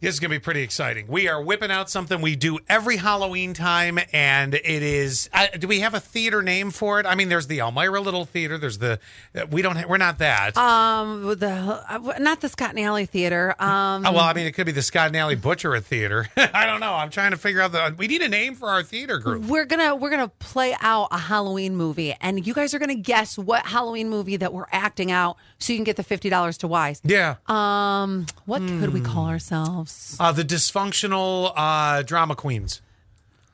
This is going to be pretty exciting. We are whipping out something we do every Halloween time, and it is. Uh, do we have a theater name for it? I mean, there's the Elmira Little Theater. There's the. uh, We don't. Ha- we're not that. Um, with the uh, not the Scott and Alley Theater. Um, Oh, well, I mean, it could be the Scott and Alley Butcher Theater. I don't know. I'm trying to figure out the. We need a name for our theater group. we're gonna we're gonna play out a Halloween movie, and you guys are gonna guess what Halloween movie that we're acting out, so you can get the fifty dollars to Wise. Yeah. Um, what could we call ourselves? Uh, the dysfunctional uh, drama queens.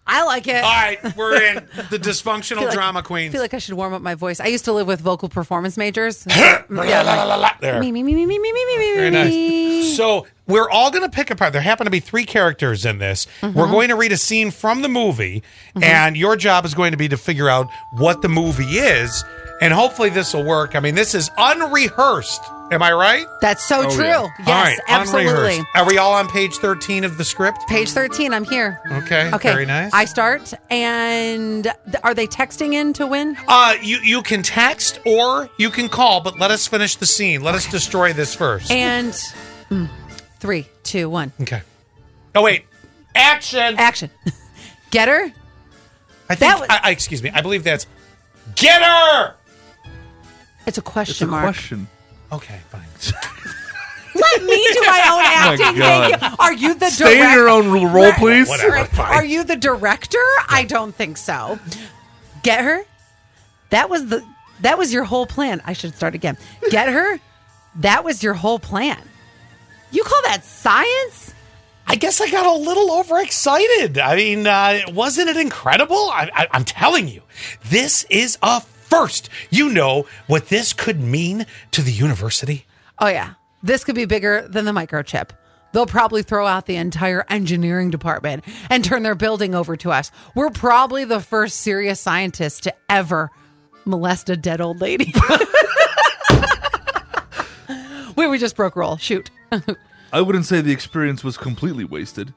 I like it. All right, we're in the dysfunctional like- drama I queens. feel like I should warm up my voice. I used to live with vocal performance majors. yeah, like, me me me me me me me me me. Very me. nice. So we're all going to pick apart. There happen to be three characters in this. Uh-huh. We're going to read a scene from the movie, and your job is going to be to figure out what the movie is, and hopefully this will work. I mean, this is unrehearsed. Am I right? That's so Oh, true. yeah. Yes, all right, absolutely. unrehearsed. Are we all on page thirteen of the script? Page thirteen. I'm here. Okay, Okay. Mm-hmm. very nice. I start, and th- are they texting in to win? uh, you you can text or you can call, but let us finish the scene. Let us destroy this first. And mm, three, two, one, okay. Oh wait, action. action. Get her. I think. That was- I, I- excuse me. I believe that's get her. It's a question It's a mark. question. Okay, fine. Let me do my own Oh My acting. God. Thank you. Are you the Stay in direct- your own role, Right. please. Whatever. Right. fine. Are you the director? I don't think so. Get her. That was the that was your whole plan. I should start again. Get her. That was your whole plan. You call that science? I guess I got a little overexcited. I mean, uh, wasn't it incredible? I, I, I'm telling you, this is a first. You know what this could mean to the university? Oh yeah. This could be bigger than the microchip. They'll probably throw out the entire engineering department and turn their building over to us. We're probably the first serious scientists to ever molest a dead old lady. Wait, we just broke roll. Shoot. I wouldn't say the experience was completely wasted.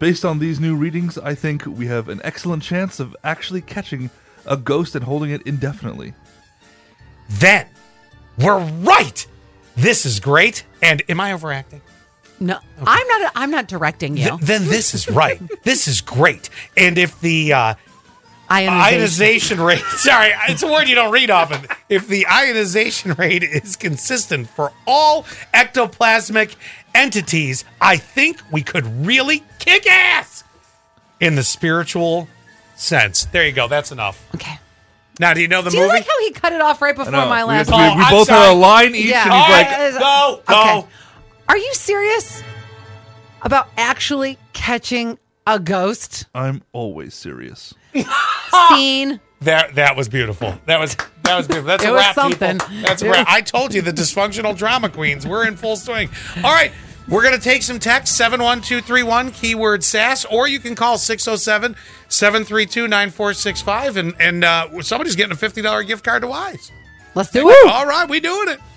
Based on these new readings, I think we have an excellent chance of actually catching a ghost and holding it indefinitely. Then we're right. This is great. And am I overacting? No, I'm not. I'm not directing you. Th- then this is right. this is great. And if the uh, Ionization. ionization rate. Sorry, it's a word you don't read often. If the ionization rate is consistent for all ectoplasmic entities, I think we could really kick ass in the spiritual sense. There you go. That's enough. Okay. Now, do you know the Do you movie? like how he cut it off right before No, my we last? have to- Oh, we, we I'm both had sorry. a line each, Yeah. and all he's right, like, go, go. Okay. Are you serious about actually catching a ghost "I'm always serious." scene? That that was beautiful. That was that was beautiful. That's It a was wrap, something. people. That's a wrap. I told you the dysfunctional drama queens. We're in full swing. All right. We're going to take some text, 71231, keyword SAS, or you can call 607 732 9465, and, and uh, somebody's getting a $50 gift card to Wise. Let's do it. All right, we doing it.